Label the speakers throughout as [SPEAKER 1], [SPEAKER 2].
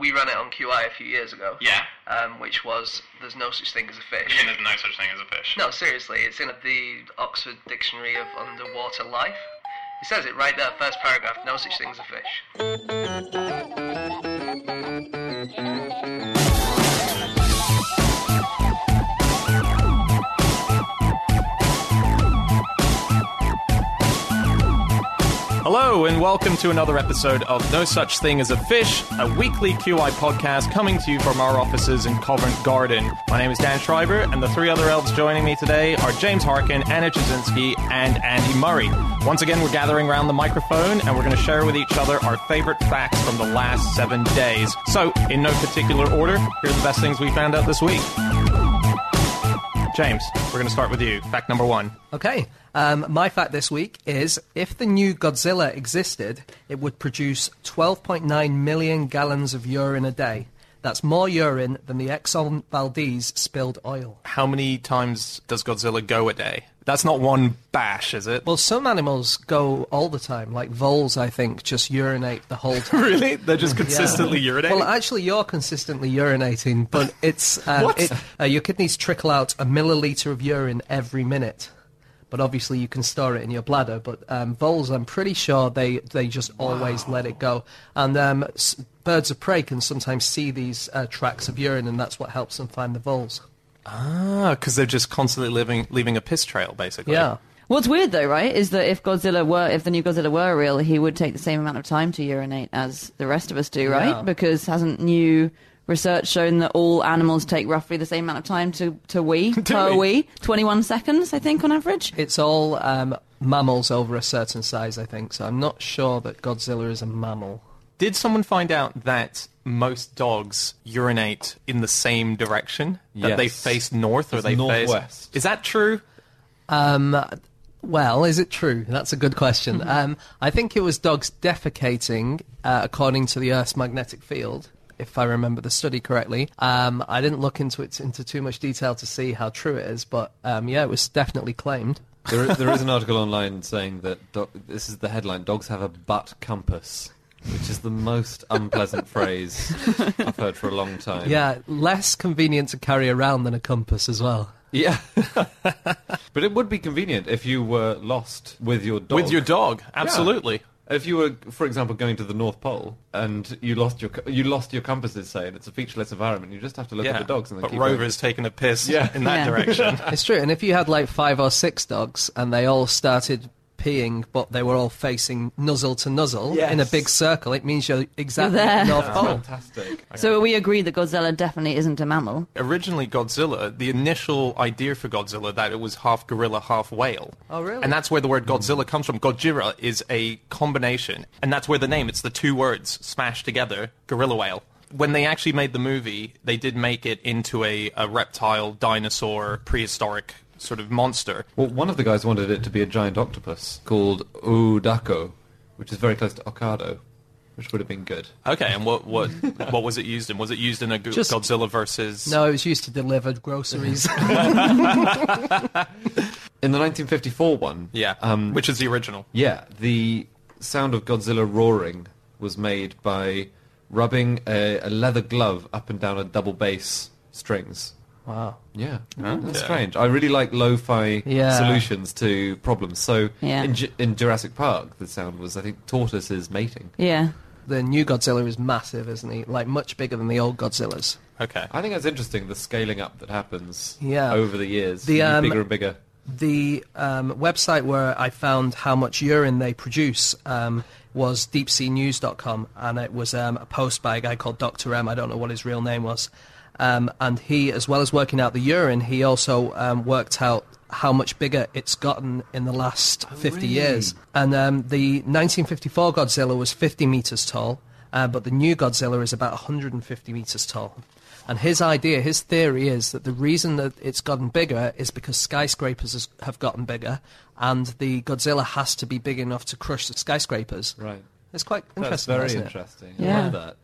[SPEAKER 1] we ran it on QI a few years ago,
[SPEAKER 2] Yeah.
[SPEAKER 1] um, which was there's no such thing as a
[SPEAKER 2] You
[SPEAKER 1] fish.
[SPEAKER 2] mean there's no such thing as a fish?
[SPEAKER 1] No, seriously, it's in the Oxford Dictionary of Underwater Life. It says it right there, first paragraph. No such thing as a fish.
[SPEAKER 3] Hello, and welcome to another episode of No Such Thing as a Fish, a weekly QI podcast coming to you from our offices in Covent Garden. My name is Dan Schreiber, and the three other elves joining me today are James Harkin, Anna Chazinski, and Andy Murray. Once again, we're gathering around the microphone, and we're going to share with each other our favorite facts from the last seven days. So, in no particular order, here are the best things we found out this week. James, we're going to start with you. Fact number one.
[SPEAKER 4] Okay. Um, my fact this week is if the new Godzilla existed, it would produce 12.9 million gallons of urine a day. That's more urine than the Exxon Valdez spilled oil.
[SPEAKER 3] how many times does Godzilla go a day? That's not one bash, is it?
[SPEAKER 4] Well, some animals go all the time, like voles, I think, just urinate the whole time.
[SPEAKER 3] really? They're just consistently urinating?
[SPEAKER 5] uh,
[SPEAKER 4] Well, actually, you're consistently urinating, but it's um,
[SPEAKER 3] What?
[SPEAKER 4] It, uh, your kidneys trickle out a milliliter of urine every minute. But obviously, you can store it in your bladder. But um, voles, I'm pretty sure they they just always let it go. And um, s- birds of prey can sometimes see these uh, tracks of urine, and that's what helps them find the voles.
[SPEAKER 3] because Ah, they're just constantly living, leaving a piss trail, basically.
[SPEAKER 4] Yeah.
[SPEAKER 6] What's weird though, right, is that if Godzilla were, if the new Godzilla were real, he would take the same amount of time to urinate as the rest of us do, right?
[SPEAKER 4] Yeah.
[SPEAKER 6] Because hasn't new research shown that all animals take roughly the same amount of time to to wee per
[SPEAKER 3] we?
[SPEAKER 6] wee, twenty one seconds, I think, on average.
[SPEAKER 4] It's all um, mammals over a certain size, I think. So I'm not sure that Godzilla is a mammal.
[SPEAKER 3] Did someone find out that most dogs urinate in the same direction? That they
[SPEAKER 5] Yes.
[SPEAKER 3] face north or
[SPEAKER 5] It's
[SPEAKER 3] they face.
[SPEAKER 5] northwest.
[SPEAKER 3] Is that true?
[SPEAKER 4] Um, Well, is it true? That's a good question. um, I think it was dogs defecating, uh, according to the Earth's magnetic field, if I remember the study correctly. Um, I didn't look into it into too much detail to see how true it is, but um, yeah, it was definitely claimed.
[SPEAKER 5] There, i- there is an article online saying that do- this is the headline: "Dogs have a butt compass," which is the most unpleasant phrase I've heard for a long time.
[SPEAKER 4] Yeah, less convenient to carry around than a compass as well.
[SPEAKER 5] yeah. but it would be convenient if you were lost with your dog.
[SPEAKER 3] With your dog, absolutely.
[SPEAKER 5] If you were, for example, going to the North Pole and you lost your co- you lost your compasses, say, and it's a featureless environment, you just have to look
[SPEAKER 3] Yeah.
[SPEAKER 5] at the dogs and then
[SPEAKER 3] but
[SPEAKER 5] keep
[SPEAKER 3] Rover's taking a piss
[SPEAKER 5] Yeah.
[SPEAKER 3] in that
[SPEAKER 6] Yeah.
[SPEAKER 3] direction.
[SPEAKER 4] It's true. And if you had like five or six dogs and they all started peeing, but they were all facing nuzzle to nuzzle in a
[SPEAKER 5] Yes.
[SPEAKER 4] big circle, it means you're exactly
[SPEAKER 6] You're there.
[SPEAKER 4] at the North
[SPEAKER 5] going.
[SPEAKER 4] Pole.
[SPEAKER 5] Fantastic.
[SPEAKER 6] So we agree that Godzilla definitely isn't a mammal.
[SPEAKER 3] originally Godzilla, the initial idea for Godzilla that it was half gorilla, half whale.
[SPEAKER 4] Oh, really?
[SPEAKER 3] And that's where the word Godzilla comes from. Gojira is a combination, and that's where the name. It's the two words smashed together, gorilla whale. When they actually made the movie, they did make it into a, a reptile, dinosaur, prehistoric sort of monster.
[SPEAKER 5] Well, one of the guys wanted it to be a giant octopus called Udako, which is very close to Okado, which would have been good.
[SPEAKER 3] Okay, and what what what was it used in? Was it used in a go-
[SPEAKER 4] Just-
[SPEAKER 3] Godzilla versus?
[SPEAKER 4] No, it was used to deliver groceries.
[SPEAKER 5] In the 1954 one,
[SPEAKER 3] Yeah,
[SPEAKER 5] um,
[SPEAKER 3] which is the original.
[SPEAKER 5] yeah, the sound of Godzilla roaring was made by rubbing a, a leather glove up and down a double bass strings.
[SPEAKER 4] wow.
[SPEAKER 5] Yeah, that's
[SPEAKER 3] Okay.
[SPEAKER 5] strange. I really like lo-fi
[SPEAKER 4] Yeah.
[SPEAKER 5] solutions to problems. So
[SPEAKER 6] Yeah.
[SPEAKER 5] in, Ju- in Jurassic Park, the sound was, I think, tortoises mating.
[SPEAKER 6] Yeah.
[SPEAKER 4] The new Godzilla is massive, isn't he? Like much bigger than the old Godzillas.
[SPEAKER 3] Okay.
[SPEAKER 5] I think that's interesting, the scaling up that happens
[SPEAKER 4] Yeah.
[SPEAKER 5] over the years.
[SPEAKER 4] The,
[SPEAKER 5] You get
[SPEAKER 4] um,
[SPEAKER 5] bigger and bigger.
[SPEAKER 4] The um, website where I found how much urine they produce um, was deepseanews.com, and it was um, a post by a guy called Dr. M. I don't know what his real name was. Um, and he, as well as working out the urine, he also um, worked out how much bigger it's gotten in the last 50 years. And um, the 1954 Godzilla was 50 meters tall, uh, but the new Godzilla is about 150 meters tall. And his idea, his theory is that the reason that it's gotten bigger is because skyscrapers has, have gotten bigger, and the Godzilla has to be big enough to crush the skyscrapers.
[SPEAKER 5] Right.
[SPEAKER 4] It's quite interesting.
[SPEAKER 5] That's very
[SPEAKER 4] isn't it?
[SPEAKER 5] interesting. I
[SPEAKER 6] Yeah.
[SPEAKER 5] love that.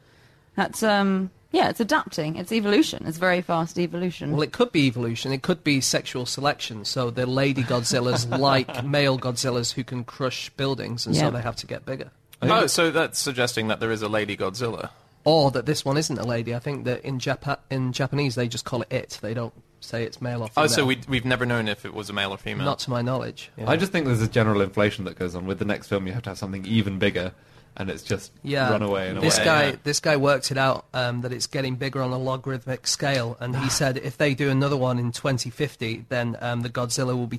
[SPEAKER 6] That's um yeah, it's adapting. It's evolution. It's very fast evolution.
[SPEAKER 4] Well, it could be evolution. It could be sexual selection. So the lady Godzillas like male Godzillas who can crush buildings, and
[SPEAKER 6] Yeah.
[SPEAKER 4] so they have to get bigger.
[SPEAKER 5] I think
[SPEAKER 3] Oh, so that's suggesting that there is a Lady Godzilla.
[SPEAKER 4] or that this one isn't a lady. I think that in Jap- in Japanese they just call it it. They don't say it's male or female.
[SPEAKER 3] Oh, so we, we've never known if it was a male or female.
[SPEAKER 4] not to my knowledge.
[SPEAKER 5] I just think there's a general inflation that goes on. With the next film, you have to have something even bigger, and it's just
[SPEAKER 4] yeah,
[SPEAKER 5] run away and
[SPEAKER 4] this
[SPEAKER 5] away.
[SPEAKER 4] guy,
[SPEAKER 3] yeah.
[SPEAKER 4] this guy worked it out um, that it's getting bigger on a logarithmic scale, and
[SPEAKER 3] Ah.
[SPEAKER 4] he said if they do another one in 2050, then um, the Godzilla will be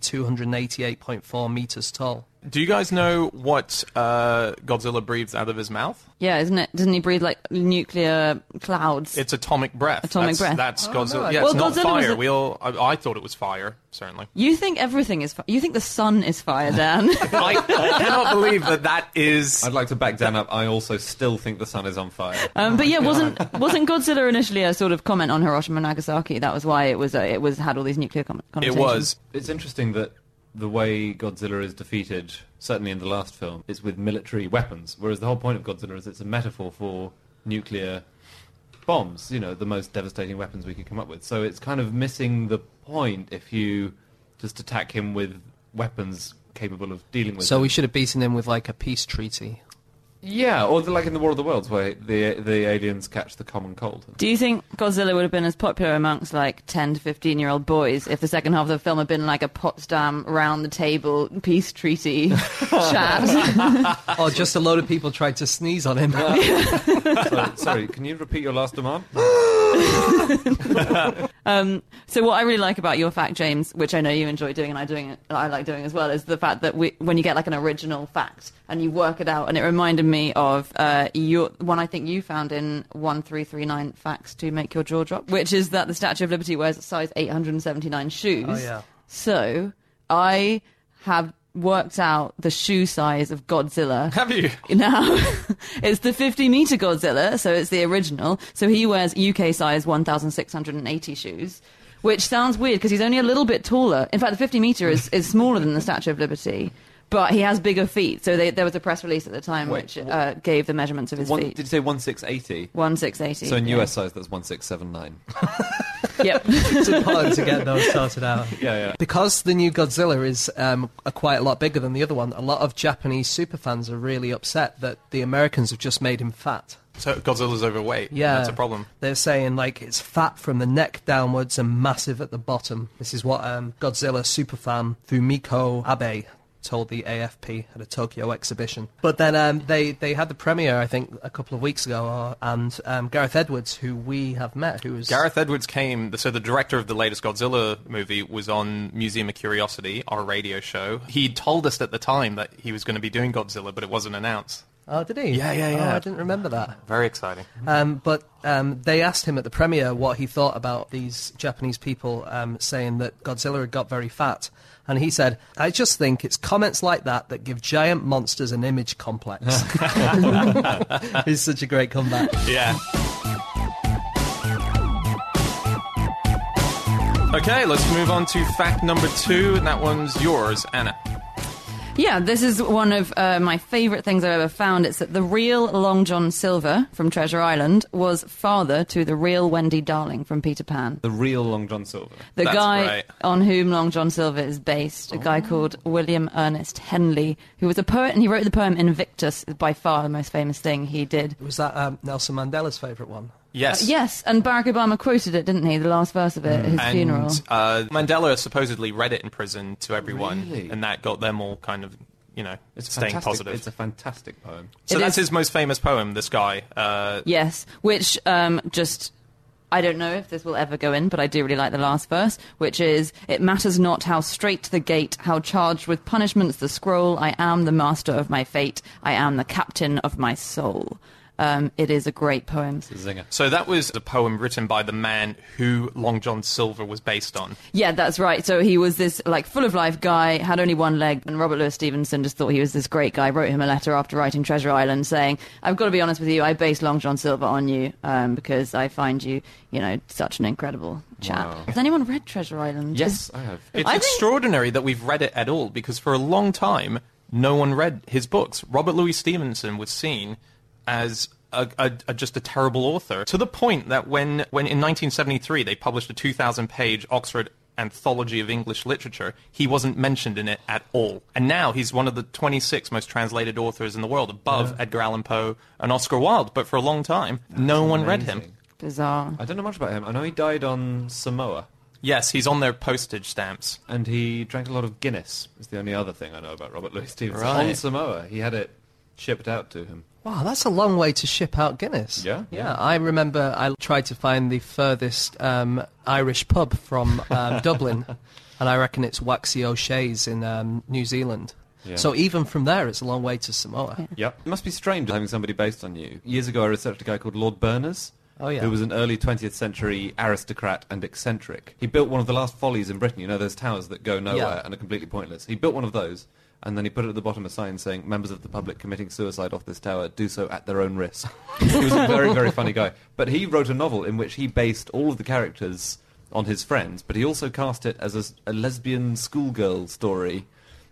[SPEAKER 4] 288.4 meters tall.
[SPEAKER 3] Do you guys know what uh, Godzilla breathes out of his mouth?
[SPEAKER 6] Yeah, isn't it? Doesn't he breathe like nuclear clouds?
[SPEAKER 3] It's atomic breath.
[SPEAKER 6] Atomic
[SPEAKER 3] that's,
[SPEAKER 6] breath.
[SPEAKER 3] That's
[SPEAKER 4] Oh,
[SPEAKER 3] Godzilla.
[SPEAKER 4] no,
[SPEAKER 3] yeah,
[SPEAKER 6] Well,
[SPEAKER 3] it's not
[SPEAKER 6] Godzilla was
[SPEAKER 3] fire.
[SPEAKER 6] a-
[SPEAKER 3] We all. I, I thought it was fire. Certainly.
[SPEAKER 6] you think everything is. Fi- you think the sun is fire, Dan?
[SPEAKER 3] I cannot believe that that is.
[SPEAKER 5] I'd like to back Dan up. I also still think the sun is on fire.
[SPEAKER 4] Uh,
[SPEAKER 3] Oh
[SPEAKER 6] Um, but yeah, wasn't wasn't Godzilla initially a sort of comment on Hiroshima and Nagasaki? That was why it was uh, it was had all these nuclear con-
[SPEAKER 3] It
[SPEAKER 6] connotations.
[SPEAKER 3] was.
[SPEAKER 5] It's interesting that the way Godzilla is defeated, certainly in the last film, is with military weapons. Whereas the whole point of Godzilla is it's a metaphor for nuclear bombs, you know, the most devastating weapons we could come up with. So it's kind of missing the point if you just attack him with weapons capable of dealing with
[SPEAKER 4] So
[SPEAKER 5] them.
[SPEAKER 4] we should have beaten him with like a peace treaty.
[SPEAKER 5] Yeah, or the, like in the War of the Worlds, where the the aliens catch the common cold.
[SPEAKER 6] Do you think Godzilla would have been as popular amongst like ten to fifteen year old boys if the second half of the film had been like a Potsdam round the table peace treaty chat?
[SPEAKER 4] or Oh, just a load of people tried to sneeze on him.
[SPEAKER 5] sorry, Oh, sorry, can you repeat your last demand?
[SPEAKER 6] um, so what I really like about your fact, James, which I know you enjoy doing and I doing it, I like doing as well, is the fact that we, when you get like an original fact and you work it out, and it reminded me of uh, your one I think you found in one three three nine facts to make your jaw drop, which is that the Statue of Liberty wears size eight hundred and seventy nine shoes.
[SPEAKER 4] Oh, yeah.
[SPEAKER 6] So I have worked out the shoe size of Godzilla.
[SPEAKER 3] Have you?
[SPEAKER 6] Now, it's the 50 meter Godzilla, so it's the original. So he wears UK size 1,680 shoes, which sounds weird because he's only a little bit taller. In fact, the 50 meter is, is smaller than the Statue of Liberty, but he has bigger feet. So they, there was a press release at the time
[SPEAKER 5] Wait,
[SPEAKER 6] which uh, gave the measurements of his
[SPEAKER 5] One,
[SPEAKER 6] feet.
[SPEAKER 5] did you say one six eighty?
[SPEAKER 6] 1680.
[SPEAKER 5] So in US size, that's one six seven nine.
[SPEAKER 6] Yep.
[SPEAKER 4] it's important to get those sorted out.
[SPEAKER 5] Yeah, yeah.
[SPEAKER 4] Because the new Godzilla is um, a quite a lot bigger than the other one, a lot of Japanese superfans are really upset that the Americans have just made him fat.
[SPEAKER 3] So Godzilla's overweight.
[SPEAKER 4] Yeah.
[SPEAKER 3] that's a problem.
[SPEAKER 4] They're saying like it's fat from the neck downwards and massive at the bottom. This is what um, Godzilla superfan Fumiko Abe told the AFP at a Tokyo exhibition. But then um, they they had the premiere I think a couple of weeks ago, or, and um, Gareth Edwards, who we have met, who was
[SPEAKER 3] Gareth Edwards came. So the director of the latest Godzilla movie was on Museum of Curiosity, our radio show. He told us at the time that he was going to be doing Godzilla, but it wasn't announced.
[SPEAKER 4] Oh, did he?
[SPEAKER 3] Yeah, yeah,
[SPEAKER 4] Oh,
[SPEAKER 3] yeah.
[SPEAKER 4] I didn't remember that.
[SPEAKER 3] Very exciting.
[SPEAKER 4] Um, but um, they asked him at the premiere what he thought about these Japanese people um, saying that Godzilla had got very fat. And he said, I just think it's comments like that that give giant monsters an image complex. it's such a great comeback.
[SPEAKER 3] Yeah. Okay, let's move on to fact number two, and that one's yours, Anna.
[SPEAKER 6] Yeah, this is one of uh, my favourite things I've ever found. It's that the real Long John Silver from Treasure Island was father to the real Wendy Darling from Peter Pan.
[SPEAKER 5] The real Long John Silver.
[SPEAKER 6] The
[SPEAKER 3] That's
[SPEAKER 6] guy
[SPEAKER 3] right.
[SPEAKER 6] on whom Long John Silver is based, a guy called William Ernest Henley, who was a poet and he wrote the poem Invictus, by far the most famous thing he did.
[SPEAKER 4] Was that um, Nelson Mandela's favourite one?
[SPEAKER 3] Yes.
[SPEAKER 6] Uh, Yes, and Barack Obama quoted it, didn't he? The last verse of it at
[SPEAKER 3] Mm.
[SPEAKER 6] his
[SPEAKER 3] And
[SPEAKER 6] funeral.
[SPEAKER 3] Uh, Mandela supposedly read it in prison to everyone,
[SPEAKER 5] Really?
[SPEAKER 3] and that got them all kind of, you know,
[SPEAKER 5] It's
[SPEAKER 3] staying
[SPEAKER 5] fantastic.
[SPEAKER 3] positive.
[SPEAKER 5] It's a fantastic poem.
[SPEAKER 3] so
[SPEAKER 6] It
[SPEAKER 3] that's
[SPEAKER 6] is-
[SPEAKER 3] his most famous poem. This guy. Uh,
[SPEAKER 6] Yes, which um, just. I don't know if this will ever go in, but I do really like the last verse, which is It matters not how straight the gate, how charged with punishments the scroll, I am the master of my fate, I am the captain of my soul. Um, it is a great poem.
[SPEAKER 5] Zinger.
[SPEAKER 3] so that was a poem written by the man who Long John Silver was based on.
[SPEAKER 6] Yeah, that's right. So he was this like full of life guy, had only one leg, and Robert Louis Stevenson just thought he was this great guy. Wrote him a letter after writing Treasure Island, saying, "I've got to be honest with you. I based Long John Silver on you um, because I find you, you know, such an incredible chap."
[SPEAKER 5] Wow.
[SPEAKER 6] Has anyone read Treasure Island?
[SPEAKER 5] Yes, I have.
[SPEAKER 3] It's
[SPEAKER 6] I think-
[SPEAKER 3] extraordinary that we've read it at all because for a long time, no one read his books. Robert Louis Stevenson was seen as a, a, a, just a terrible author to the point that when, when in 1973 they published a 2,000 page Oxford anthology of English literature, he wasn't mentioned in it at all. And now he's one of the 26 most translated authors in the world, above Edgar Allan Poe and Oscar Wilde. But for a long time, no one read him.
[SPEAKER 5] Amazing.
[SPEAKER 6] Bizarre.
[SPEAKER 5] I don't know much about him. I know he died on Samoa,
[SPEAKER 3] Yes, he's on their postage stamps.
[SPEAKER 5] and he drank a lot of Guinness. Is the only other thing I know about Robert Louis Stevenson.
[SPEAKER 3] Right.
[SPEAKER 5] On Samoa, he had it shipped out to him.
[SPEAKER 4] Wow, that's a long way to ship out Guinness.
[SPEAKER 5] Yeah?
[SPEAKER 4] yeah. I remember I tried to find the furthest um, Irish pub from um, Dublin, and I reckon it's Waxy O'Shea's in um, New Zealand.
[SPEAKER 5] Yeah.
[SPEAKER 4] So even from there, it's a long way to Samoa.
[SPEAKER 5] Yep. It must be strange having somebody based on you. Years ago, I researched a guy called Lord Berners.
[SPEAKER 4] Oh, yeah.
[SPEAKER 5] Who was an early 20th century aristocrat and eccentric. He built one of the last follies in Britain, you know, those towers that go nowhere
[SPEAKER 4] Yeah.
[SPEAKER 5] and are completely pointless. He built one of those, and then he put at the bottom a sign saying, Members of the public committing suicide off this tower do so at their own risk. he was a very, very funny guy. But he wrote a novel in which he based all of the characters on his friends, but he also cast it as a s a a lesbian schoolgirl story.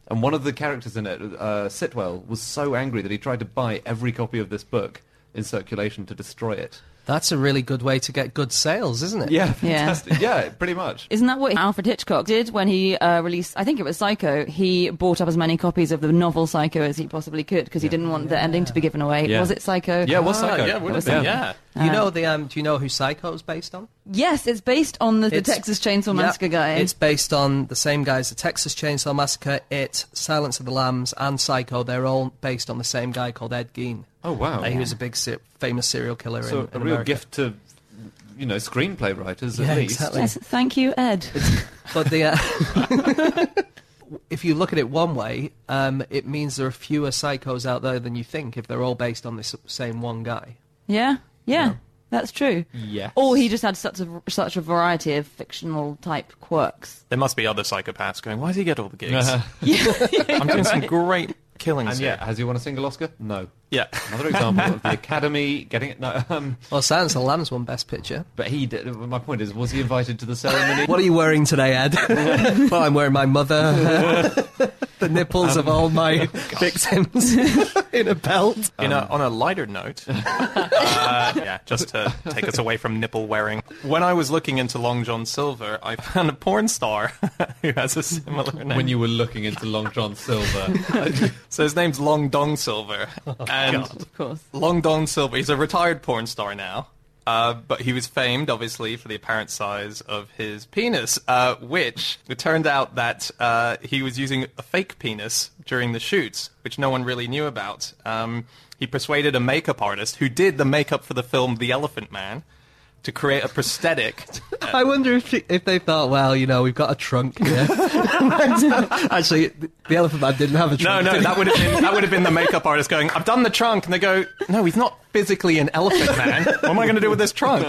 [SPEAKER 5] And one of the characters in it, uh, Sitwell, was so angry that he tried to buy every copy of this book in circulation to destroy it.
[SPEAKER 4] That's a really good way to get good sales, isn't it?
[SPEAKER 5] Yeah,
[SPEAKER 6] Yeah.
[SPEAKER 5] fantastic. Yeah, pretty much.
[SPEAKER 6] Isn't that what Alfred Hitchcock did when he uh, released? I think it was Psycho. He bought up as many copies of the novel Psycho as he possibly could because he didn't want the ending to be given away.
[SPEAKER 5] Yeah.
[SPEAKER 6] Was it Psycho?
[SPEAKER 5] Yeah, it was
[SPEAKER 3] Ah,
[SPEAKER 5] Psycho.
[SPEAKER 3] yeah, it would have
[SPEAKER 6] Yeah. Uh,
[SPEAKER 3] been, yeah.
[SPEAKER 4] You know the um, do you know who Psycho is based on?
[SPEAKER 6] Yes, it's based on the, the
[SPEAKER 4] It's-
[SPEAKER 6] Texas Chainsaw
[SPEAKER 4] yeah,
[SPEAKER 6] Massacre guy.
[SPEAKER 4] It's based on the same guys, the Texas Chainsaw Massacre, It, Silence of the Lambs, and Psycho. They're all based on the same guy called Ed Gein.
[SPEAKER 5] Oh, wow.
[SPEAKER 4] Uh, he was a big, se- famous serial killer. in,
[SPEAKER 5] So a
[SPEAKER 4] in
[SPEAKER 5] real
[SPEAKER 4] America.
[SPEAKER 5] gift to, you know, screenplay writers
[SPEAKER 4] Yeah,
[SPEAKER 5] at least.
[SPEAKER 4] exactly.
[SPEAKER 6] yes, thank you, Ed.
[SPEAKER 4] But the, uh, if you look at it one way, um, it means there are fewer psychos out there than you think if they're all based on this same one guy.
[SPEAKER 6] Yeah, yeah, that's true.
[SPEAKER 5] Yes.
[SPEAKER 6] Or he just had such a such a variety of fictional type quirks.
[SPEAKER 3] There must be other psychopaths going, why does he get all the gigs? I'm doing some great killings
[SPEAKER 5] Uh-huh. And
[SPEAKER 3] here.
[SPEAKER 5] yeah, has he won a single Oscar? No.
[SPEAKER 3] Yeah.
[SPEAKER 5] Another example of the Academy getting it. No, um,
[SPEAKER 4] Well, Silence of the Lambs won Best Picture.
[SPEAKER 5] but he. Did, my point is, was he invited to the ceremony?
[SPEAKER 4] What are you wearing today, Ed? well, I'm wearing my mother, the nipples of all my
[SPEAKER 5] Oh,
[SPEAKER 4] victims in a belt.
[SPEAKER 3] In
[SPEAKER 5] Um.
[SPEAKER 3] a, on a lighter note, uh, yeah, just to take us away from nipple wearing. When I was looking into Long John Silver, I found a porn star who has a similar name.
[SPEAKER 5] when you were looking into Long John Silver.
[SPEAKER 3] so his name's Long Dong Silver, and
[SPEAKER 6] Oh, Of course.
[SPEAKER 3] Long Don Silver. He's a retired porn star now, uh, but he was famed, obviously, for the apparent size of his penis, uh, which it turned out that uh, he was using a fake penis during the shoots, which no one really knew about. Um, he persuaded a makeup artist who did the makeup for the film The Elephant Man to create a prosthetic.
[SPEAKER 4] I wonder if she, if they thought, well, you know, we've got a trunk here. Actually, the the Elephant Man didn't have a
[SPEAKER 3] No,
[SPEAKER 4] trunk.
[SPEAKER 3] no,
[SPEAKER 4] did he?
[SPEAKER 3] that would have been that would have been the makeup artist going, "I've done the trunk," and they go, "No, he's not physically an elephant man. What am I going to do with this trunk?"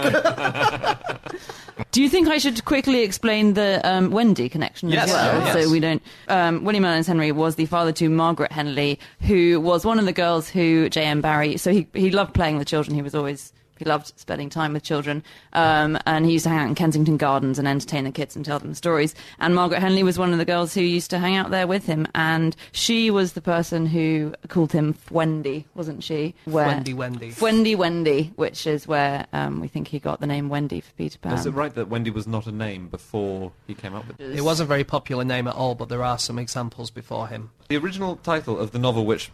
[SPEAKER 6] Do you think I should quickly explain the um, Wendy connection
[SPEAKER 3] Yes,
[SPEAKER 6] as well?
[SPEAKER 3] sure,
[SPEAKER 6] So
[SPEAKER 3] yes.
[SPEAKER 6] we don't. Um, William Ernest Henry was the father to Margaret Henley, who was one of the girls who J.M. Barrie. So he he loved playing with children. He was always he loved spending time with children, um, and he used to hang out in Kensington Gardens and entertain the kids and tell them stories. And Margaret Henley was one of the girls who used to hang out there with him, and she was the person who called him Wendy, wasn't she? Where,
[SPEAKER 4] Wendy, Wendy.
[SPEAKER 6] Wendy, Wendy, which is where um, we think he got the name Wendy for Peter Pan.
[SPEAKER 5] Is it right that Wendy was not a name before he came up with it?
[SPEAKER 4] It wasn't a very popular name at all, but there are some examples before him.
[SPEAKER 5] The original title of the novel which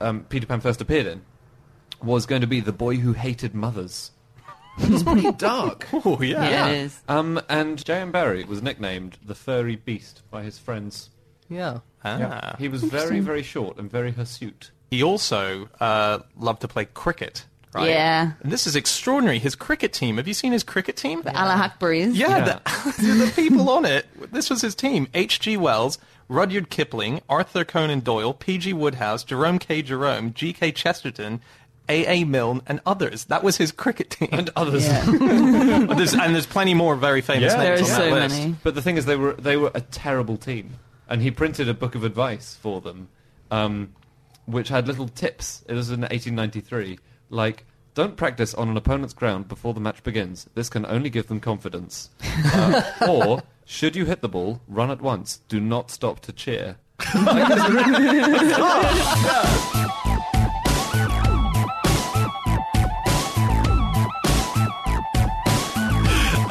[SPEAKER 5] um, Peter Pan first appeared in was going to be The Boy Who Hated Mothers. It's pretty dark.
[SPEAKER 3] Oh yeah.
[SPEAKER 6] Yeah, it is.
[SPEAKER 5] Um, and J.M. Barrie was nicknamed the Furry Beast by his friends.
[SPEAKER 4] Yeah.
[SPEAKER 3] Ah.
[SPEAKER 5] He was very, very short and very hirsute.
[SPEAKER 3] He also uh, loved to play cricket, right?
[SPEAKER 6] Yeah.
[SPEAKER 3] And this is extraordinary. His cricket team. Have you seen his cricket team?
[SPEAKER 6] The Allah Hackberries.
[SPEAKER 3] yeah,
[SPEAKER 5] Yeah.
[SPEAKER 3] The, the people on it. This was his team: H.G. Wells, Rudyard Kipling, Arthur Conan Doyle, P.G. Woodhouse, Jerome K. Jerome, G.K. Chesterton, A.A. Milne, and others. That was his cricket team.
[SPEAKER 5] And others.
[SPEAKER 3] there's, and there's plenty more very famous
[SPEAKER 5] Yeah.
[SPEAKER 6] There
[SPEAKER 3] names
[SPEAKER 6] are
[SPEAKER 3] on that
[SPEAKER 6] so
[SPEAKER 3] list.
[SPEAKER 6] many.
[SPEAKER 5] But the thing is, they were they were a terrible team, and he printed a book of advice for them, um, which had little tips. It was in 1893, like don't practice on an opponent's ground before the match begins. This can only give them confidence. Uh, or should you hit the ball, run at once. Do not stop to cheer.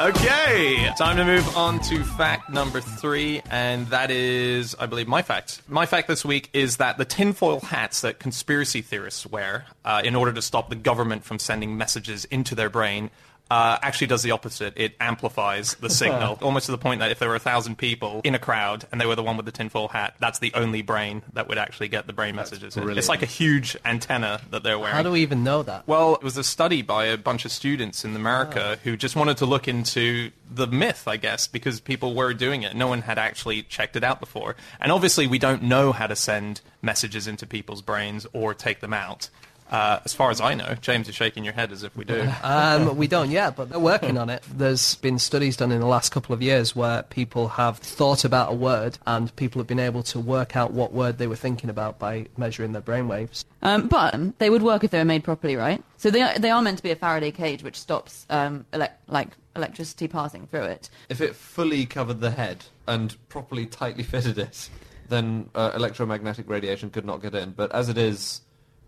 [SPEAKER 3] Okay, time to move on to fact number three, and that is, I believe, my fact. My fact this week is that the tinfoil hats that conspiracy theorists wear uh, in order to stop the government from sending messages into their brain. Uh, actually does the opposite. It amplifies the signal, almost to the point that if there were a thousand people in a crowd and they were the one with the tinfoil hat, that's the only brain that would actually get the brain messages. in.
[SPEAKER 5] brilliant.
[SPEAKER 3] It's like a huge antenna that they're wearing.
[SPEAKER 4] How do we even know that?
[SPEAKER 3] Well, it was a study by a bunch of students in America who just wanted to look into the myth, I guess, because people were doing it. No one had actually checked it out before. And obviously, we don't know how to send messages into people's brains or take them out. Uh, as far as I know, James is shaking your head as if we do.
[SPEAKER 4] Um, we don't yet, but they're working on it. There's been studies done in the last couple of years where people have thought about a word and people have been able to work out what word they were thinking about by measuring their brainwaves.
[SPEAKER 6] Um, but um, they would work if they were made properly, right? So they are, they are meant to be a Faraday cage, which stops um, elec like electricity passing through it.
[SPEAKER 5] If it fully covered the head and properly tightly fitted it, then uh, electromagnetic radiation could not get in. But as it is,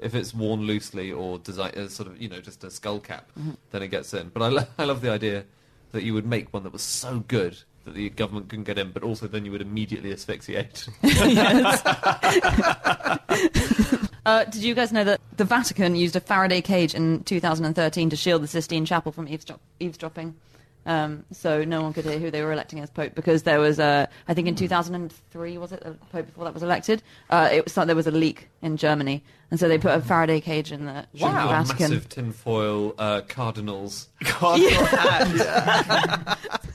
[SPEAKER 5] if it's worn loosely or design, uh, sort of, you know, just a skull cap, then it gets in. But I, lo- I love the idea that you would make one that was so good that the government couldn't get in, but also then you would immediately asphyxiate.
[SPEAKER 6] Yes. uh, did you guys know that the Vatican used a Faraday cage in 2013 to shield the Sistine Chapel from eavesdrop- eavesdropping? Um, so no one could hear who they were electing as pope because there was a, I think in 2003 was it the pope before that was elected? Uh, it was there was a leak in Germany, and so they put a Faraday cage in the, in the
[SPEAKER 5] Wow,
[SPEAKER 6] Vatican.
[SPEAKER 5] massive tinfoil uh, cardinals.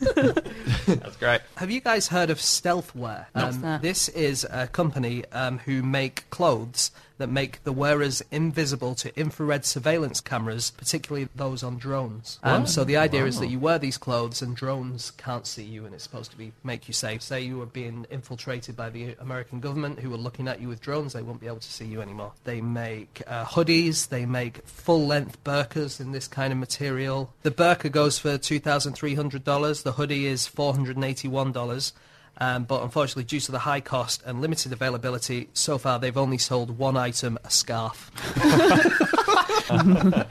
[SPEAKER 3] That's great.
[SPEAKER 4] Have you guys heard of Stealthware? Um,
[SPEAKER 6] What's that?
[SPEAKER 4] this is a company um, who make clothes that make the wearers invisible to infrared surveillance cameras, particularly those on drones. Um, so the idea is that you wear these clothes and drones can't see you, and it's supposed to be make you safe. Say you were being infiltrated by the American government, who were looking at you with drones, they won't be able to see you anymore. They make uh, hoodies, they make full-length burkas in this kind of material. The burka goes for two thousand three hundred dollars. The hoodie is four hundred and eighty-one dollars. Um, but unfortunately, due to the high cost and limited availability, so far they've only sold one item, a scarf.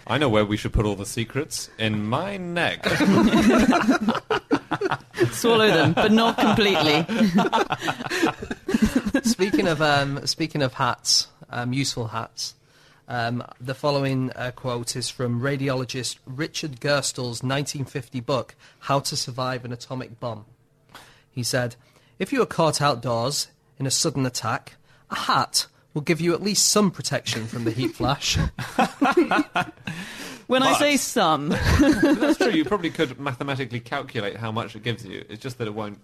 [SPEAKER 5] I know where we should put all the secrets in my neck.
[SPEAKER 6] Swallow them, but not completely.
[SPEAKER 4] speaking of um, speaking of hats, um, useful hats. Um, the following uh, quote is from radiologist Richard Gerstel's 1950 book, How to Survive an Atomic Bomb. He said, If you are caught outdoors in a sudden attack, a hat will give you at least some protection from the heat flash.
[SPEAKER 6] When I
[SPEAKER 3] But-
[SPEAKER 6] say some,
[SPEAKER 5] That's true. You probably could mathematically calculate how much it gives you. It's just that it won't.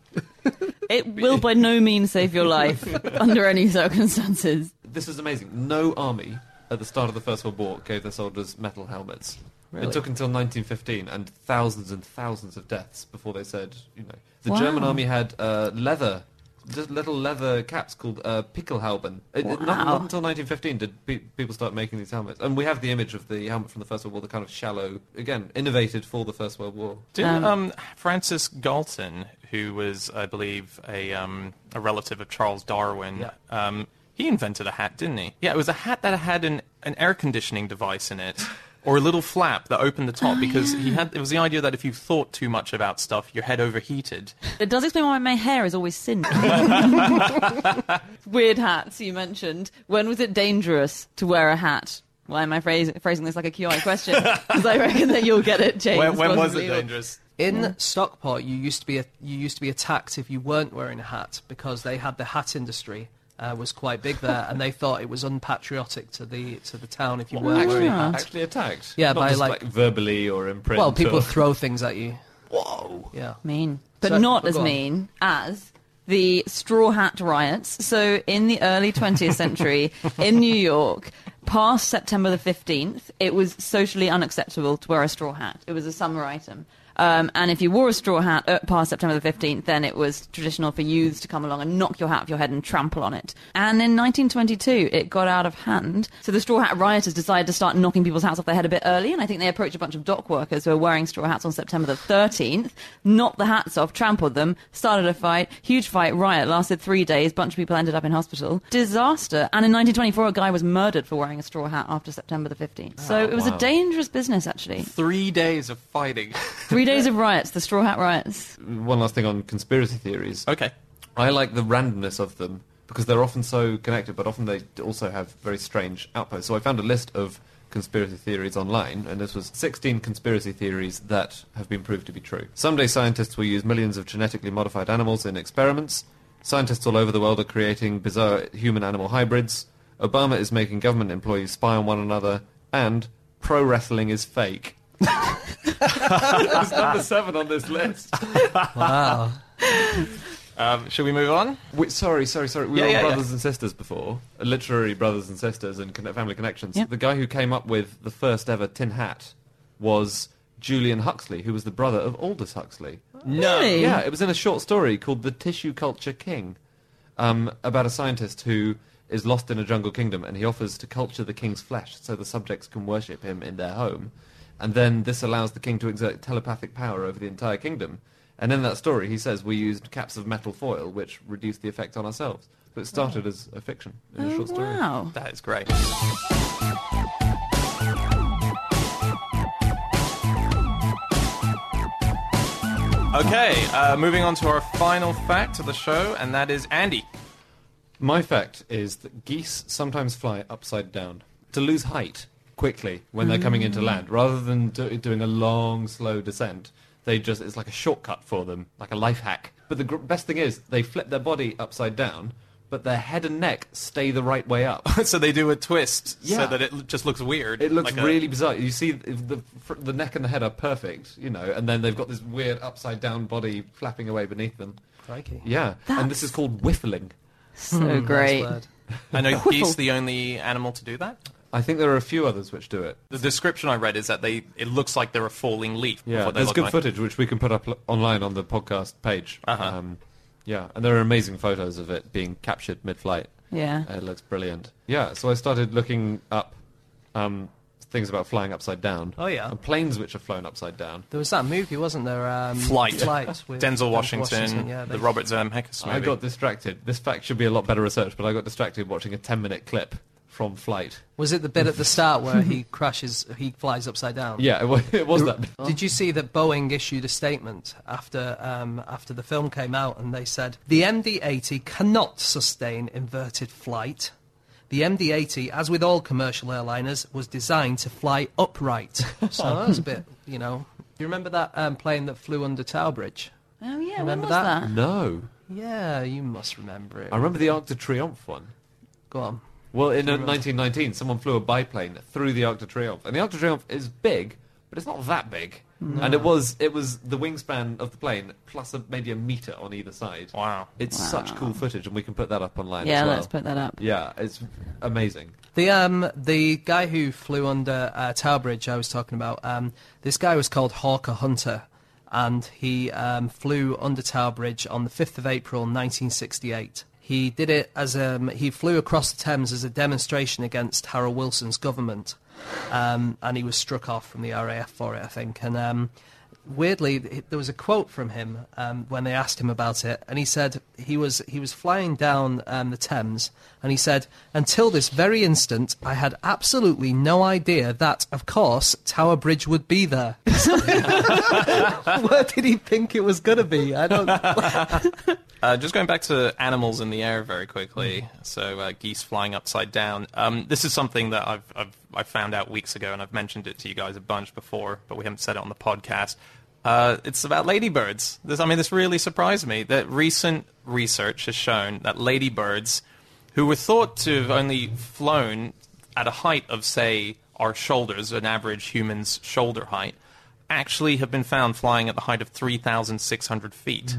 [SPEAKER 6] it will by no means save your life under any circumstances.
[SPEAKER 5] This is amazing. No army at the start of the First World War gave their soldiers metal helmets. It
[SPEAKER 4] Really?
[SPEAKER 5] took until 1915 and thousands and thousands of deaths before they said, you know, the
[SPEAKER 6] Wow.
[SPEAKER 5] German army had uh, leather, just little leather caps called uh, Pickelhauben. It, it- not,
[SPEAKER 6] Wow.
[SPEAKER 5] not until 1915 did pe- people start making these helmets. And we have the image of the helmet from the First World War, the kind of shallow, again, innovated for the First World War.
[SPEAKER 3] Didn't um, Francis Galton, who was, I believe, a um, a relative of Charles Darwin,
[SPEAKER 4] Yeah.
[SPEAKER 3] um, he invented a hat, didn't he? Yeah, it was a hat that had an, an air conditioning device in it, or a little flap that opened the top because he had. It was the idea that if you thought too much about stuff, your head overheated.
[SPEAKER 6] It does explain why my hair is always singed. Weird hats you mentioned. When was it dangerous to wear a hat? Why am I phrase- phrasing this like a QI question? Because I reckon that you'll get it, James.
[SPEAKER 3] when when was it
[SPEAKER 6] possibly.
[SPEAKER 3] dangerous?
[SPEAKER 4] In Stockport, you used to be a, you used to be attacked if you weren't wearing a hat because they had the hat industry uh, was quite big there, and they thought it was unpatriotic to the to the town if you weren't
[SPEAKER 5] Actually,
[SPEAKER 4] wearing a hat.
[SPEAKER 5] actually attacked.
[SPEAKER 4] Yeah,
[SPEAKER 5] Not
[SPEAKER 4] by,
[SPEAKER 5] just,
[SPEAKER 4] like-
[SPEAKER 5] verbally or in print.
[SPEAKER 4] Well, people
[SPEAKER 5] or-
[SPEAKER 4] throw things at you.
[SPEAKER 5] Whoa.
[SPEAKER 4] Yeah.
[SPEAKER 6] Mean. But
[SPEAKER 4] So-
[SPEAKER 6] not
[SPEAKER 4] but
[SPEAKER 6] as
[SPEAKER 4] go on.
[SPEAKER 6] mean as the Straw Hat riots. So in the early 20th century in New York, past September the 15th, it was socially unacceptable to wear a straw hat. It was a summer item. Um, and if you wore a straw hat uh, past September the 15th, then it was traditional for youths to come along and knock your hat off your head and trample on it. And in 1922, it got out of hand. So the straw hat rioters decided to start knocking people's hats off their head a bit early. And I think they approached a bunch of dock workers who were wearing straw hats on September the 13th, knocked the hats off, trampled them, started a fight. Huge fight, riot lasted three days. Bunch of people ended up in hospital. Disaster. And in 1924, a guy was murdered for wearing wearing a straw hat after September the 15th. so it was
[SPEAKER 5] wow.
[SPEAKER 6] a dangerous business, actually.
[SPEAKER 3] Three days of fighting.
[SPEAKER 6] Three days of riots, the straw hat riots.
[SPEAKER 5] One last thing on conspiracy theories.
[SPEAKER 3] okay.
[SPEAKER 5] I like the randomness of them because they're often so connected, but often they also have very strange outposts. So I found a list of conspiracy theories online, and this was 16 conspiracy theories that have been proved to be true. Someday scientists will use millions of genetically modified animals in experiments. Scientists all over the world are creating bizarre human-animal hybrids. Obama is making government employees spy on one another, and pro wrestling is fake. it's number seven on this list.
[SPEAKER 4] Wow.
[SPEAKER 3] Um, shall we move on?
[SPEAKER 5] We, sorry, sorry, sorry. We
[SPEAKER 3] Yeah,
[SPEAKER 5] were
[SPEAKER 3] yeah,
[SPEAKER 5] on brothers and sisters before, uh, literary brothers and sisters and conne- family connections.
[SPEAKER 6] Yeah.
[SPEAKER 5] The guy who came up with the first ever tin hat was Julian Huxley, who was the brother of Aldous Huxley.
[SPEAKER 6] No. Really?
[SPEAKER 5] Yeah, it was in a short story called "The Tissue Culture King," um, about a scientist who is lost in a jungle kingdom, and he offers to culture the king's flesh so the subjects can worship him in their home, and then this allows the king to exert telepathic power over the entire kingdom. And in that story, he says we used caps of metal foil, which reduced the effect on ourselves. But it started as a fiction in a
[SPEAKER 6] Oh,
[SPEAKER 5] short story.
[SPEAKER 6] wow.
[SPEAKER 3] That is great. Okay, uh, moving on to our final fact of the show, and that is Andy.
[SPEAKER 5] My fact is that geese sometimes fly upside down to lose height quickly when they're coming into land.
[SPEAKER 3] Mm.
[SPEAKER 5] Rather than do- doing a long, slow descent, they just, it's like a shortcut for them, like a life hack. But the gr- best thing is, they flip their body upside down, but their head and neck stay the right way up.
[SPEAKER 3] so they do a twist so
[SPEAKER 5] Yeah.
[SPEAKER 3] that it l- just looks weird.
[SPEAKER 5] It looks
[SPEAKER 3] like a-
[SPEAKER 5] really bizarre. You see, if the fr- the neck and the head are perfect, you know, and then they've got this weird upside down body flapping away beneath them.
[SPEAKER 4] Crikey.
[SPEAKER 5] Yeah, and this is called whiffling.
[SPEAKER 6] So
[SPEAKER 4] Nice
[SPEAKER 6] great. Oh,
[SPEAKER 4] word.
[SPEAKER 3] I know geese the only animal to do that.
[SPEAKER 5] I think there are a few others which do it.
[SPEAKER 3] The description I read is that they it looks like they're a falling leaf. of
[SPEAKER 5] Yeah,
[SPEAKER 3] what they
[SPEAKER 5] there's
[SPEAKER 3] look
[SPEAKER 5] good
[SPEAKER 3] like.
[SPEAKER 5] footage which we can put up l- online on the podcast page.
[SPEAKER 3] Uh-huh.
[SPEAKER 5] Um, yeah, and there are amazing photos of it being captured mid-flight.
[SPEAKER 6] Yeah.
[SPEAKER 5] Uh, it looks brilliant. Yeah, so I started looking up um, things about flying upside down.
[SPEAKER 4] Oh, yeah.
[SPEAKER 5] and planes which are flown upside down.
[SPEAKER 4] There was that movie, wasn't there? Um,
[SPEAKER 3] Flight.
[SPEAKER 4] with
[SPEAKER 3] Denzel Washington,
[SPEAKER 4] yeah,
[SPEAKER 3] the
[SPEAKER 4] they-
[SPEAKER 3] Robert Zemeckis movie.
[SPEAKER 5] I got distracted. This fact should be a lot better researched, but I got distracted watching a 10-minute clip from flight.
[SPEAKER 4] Was it the bit at the start where he crashes, he flies upside down?
[SPEAKER 5] Yeah, it was, it was that. bit.
[SPEAKER 4] Did you see that Boeing issued a statement after um, after the film came out, and they said the MD-80 cannot sustain inverted flight. The MD-80, as with all commercial airliners, was designed to fly upright. So that was a bit, you know. Do you remember that um, plane that flew under Tower Bridge?
[SPEAKER 6] Oh, yeah.
[SPEAKER 4] Remember
[SPEAKER 6] when was
[SPEAKER 4] that?
[SPEAKER 6] that?
[SPEAKER 5] No,
[SPEAKER 4] Yeah, you must remember it.
[SPEAKER 5] I remember the Arc de Triomphe one.
[SPEAKER 4] Go on.
[SPEAKER 5] Well, in uh, 1919, someone flew a biplane through the Arc de Triomphe, and the Arc de Triomphe is big, but it's not that big. And it was it was the wingspan of the plane plus a, maybe a meter on either side.
[SPEAKER 3] wow.
[SPEAKER 5] It's such cool footage, and we can put that up online.
[SPEAKER 6] Yeah,
[SPEAKER 5] as well.
[SPEAKER 6] let's put that up.
[SPEAKER 5] Yeah, it's amazing.
[SPEAKER 4] The um the guy who flew under uh, Tower Bridge I was talking about um this guy was called Hawker Hunter and he um, flew under Tower Bridge on the 5th of April 1968. He did it as um he flew across the Thames as a demonstration against Harold Wilson's government um and he was struck off from the RAF for it I think and um weirdly th- there was a quote from him um, when they asked him about it and he said he was he was flying down um, the Thames and he said until this very instant I had absolutely no idea that of course Tower Bridge would be there where did he think it was gonna be I don't
[SPEAKER 3] Uh, just going back to animals in the air very quickly. So uh, geese flying upside down. Um, this is something that I've, I've I found out weeks ago, and I've mentioned it to you guys a bunch before, but we haven't said it on the podcast. Uh, it's about ladybirds. This, I mean, this really surprised me. That recent research has shown that ladybirds, who were thought to have only flown at a height of say our shoulders, an average human's shoulder height, actually have been found flying at the height of three thousand six hundred feet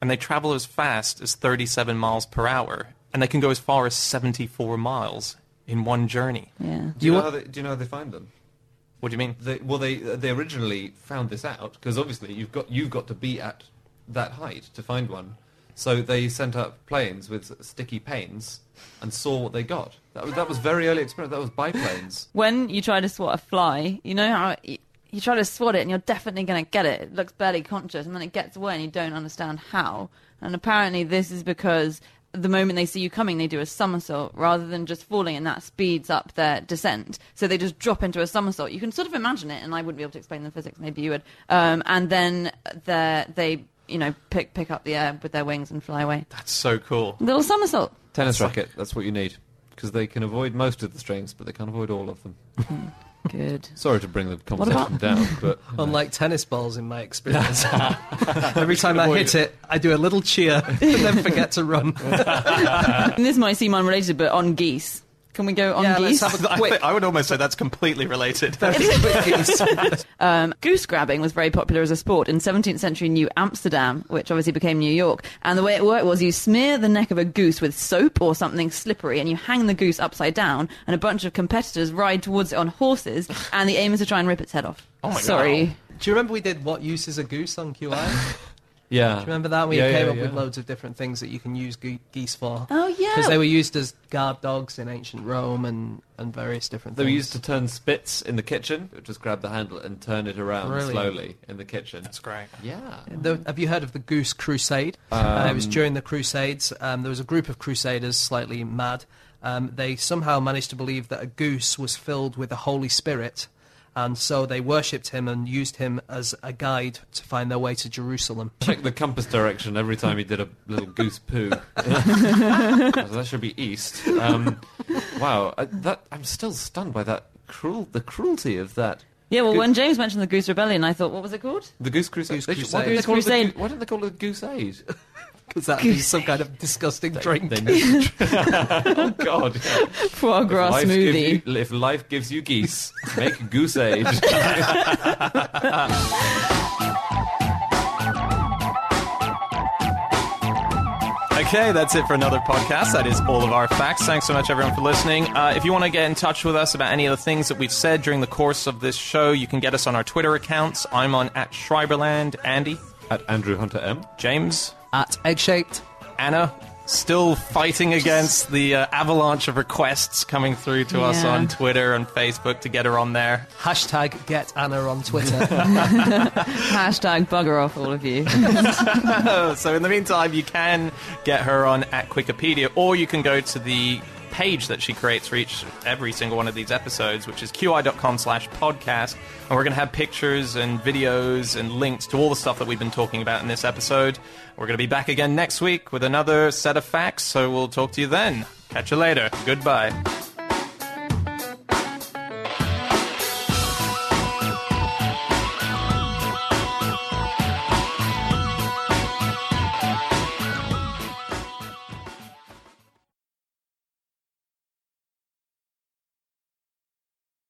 [SPEAKER 3] and they travel as fast as 37 miles per hour, and they can go as far as 74 miles in one journey.
[SPEAKER 6] Yeah.
[SPEAKER 5] Do
[SPEAKER 4] You
[SPEAKER 5] you, know
[SPEAKER 4] wa-
[SPEAKER 5] how they, do you know how they find them?
[SPEAKER 3] What do you mean?
[SPEAKER 5] They, well, they they originally found this out because obviously you've got you've got to be at that height to find one. So they sent up planes with sticky panes and saw what they got. That was that was very early experiment. That was biplanes.
[SPEAKER 6] When you try to swat a fly, you know how you, you try to swat it and you're definitely going to get it. It looks barely conscious and then it gets away and you don't understand how. And apparently, this is because the moment they see you coming, they do a somersault rather than just falling, and that speeds up their descent. So they just drop into a somersault. You can sort of imagine it, and I wouldn't be able to explain the physics. Maybe you would. Um, and then they're- they, you know, pick pick up the air with their wings and fly away.
[SPEAKER 3] That's so cool.
[SPEAKER 6] Little somersault.
[SPEAKER 5] Tennis racket, that's what you need. Because they can avoid most of the strings, but they can't avoid all of them.
[SPEAKER 6] Good.
[SPEAKER 5] Sorry to bring the
[SPEAKER 6] about-
[SPEAKER 5] conversation down, but you know.
[SPEAKER 4] Unlike tennis balls, in my experience, every time I hit it, I do a little cheer and then forget to run.
[SPEAKER 6] And this might seem unrelated, but on geese. Can we go on
[SPEAKER 4] Yeah, let's
[SPEAKER 6] geese?
[SPEAKER 4] have a
[SPEAKER 3] I,
[SPEAKER 4] quick
[SPEAKER 3] thi- I would almost say that's completely related.
[SPEAKER 6] Um, goose grabbing was very popular as a sport in 17th century New Amsterdam, which obviously became New York. And the way it worked was you smear the neck of a goose with soap or something slippery and you hang the goose upside down, and a bunch of competitors ride towards it on horses, and the aim is to try and rip its head off.
[SPEAKER 3] Oh my God.
[SPEAKER 6] Sorry.
[SPEAKER 4] Do you remember we did What Use is a Goose on QI?
[SPEAKER 5] yeah.
[SPEAKER 4] Remember that? We
[SPEAKER 5] Yeah,
[SPEAKER 4] came
[SPEAKER 5] yeah,
[SPEAKER 4] up with
[SPEAKER 5] yeah.
[SPEAKER 4] loads of different things that you can use ge- geese for.
[SPEAKER 6] Oh, yeah.
[SPEAKER 4] Because they were used as guard dogs in ancient Rome and, and various different
[SPEAKER 5] They
[SPEAKER 4] things.
[SPEAKER 5] were used to turn spits in the kitchen. It would Just grab the handle and turn it around
[SPEAKER 4] Brilliant.
[SPEAKER 5] slowly in the kitchen.
[SPEAKER 3] That's great.
[SPEAKER 5] Yeah.
[SPEAKER 4] The- have you heard of the Goose Crusade? uh, it was
[SPEAKER 5] Um,
[SPEAKER 4] during the Crusades. Um, there was a group of Crusaders, slightly mad. Um, they somehow managed to believe that a goose was filled with the Holy Spirit, and so they worshipped him and used him as a guide to find their way to Jerusalem.
[SPEAKER 5] Check the compass direction every time he did a little goose poo. So that should be east. Um, wow, I, that I'm still stunned by that cruel the cruelty of that.
[SPEAKER 6] Yeah, well,
[SPEAKER 5] Good.
[SPEAKER 6] when James mentioned the Goose Rebellion, I thought, what was it called?
[SPEAKER 5] The goose crusade.
[SPEAKER 4] Goose
[SPEAKER 5] They should-
[SPEAKER 4] crusade.
[SPEAKER 5] why don't they call it
[SPEAKER 6] Crusade.
[SPEAKER 5] goo- Why don't they call it the goose aid?
[SPEAKER 4] Because that'd be some kind of disgusting drink.
[SPEAKER 5] They need to try- oh God! yeah.
[SPEAKER 6] Foie gras
[SPEAKER 5] life gives
[SPEAKER 6] smoothie.
[SPEAKER 5] you- if life gives you geese, make goose aid.
[SPEAKER 3] Okay, that's it for another podcast. That is all of our facts. Thanks so much, everyone, for listening. Uh, if you want to get in touch with us about any of the things that we've said during the course of this show, you can get us on our Twitter accounts. I'm on at Schreiberland, Andy,
[SPEAKER 5] At Andrew Hunter M.
[SPEAKER 3] James,
[SPEAKER 4] At egg shaped.
[SPEAKER 3] Anna. Still fighting against the uh, avalanche of requests coming through to us
[SPEAKER 6] Yeah.
[SPEAKER 3] on Twitter and Facebook to get her on there.
[SPEAKER 4] Hashtag get Anna on Twitter.
[SPEAKER 6] Hashtag bugger off, all of you.
[SPEAKER 3] So in the meantime, you can get her on at Quickopedia, or you can go to the page that she creates for each every single one of these episodes, which is qi.com slash podcast. And we're going to have pictures and videos and links to all the stuff that we've been talking about in this episode. We're going to be back again next week with another set of facts, so we'll talk to you then. Catch you later. Goodbye.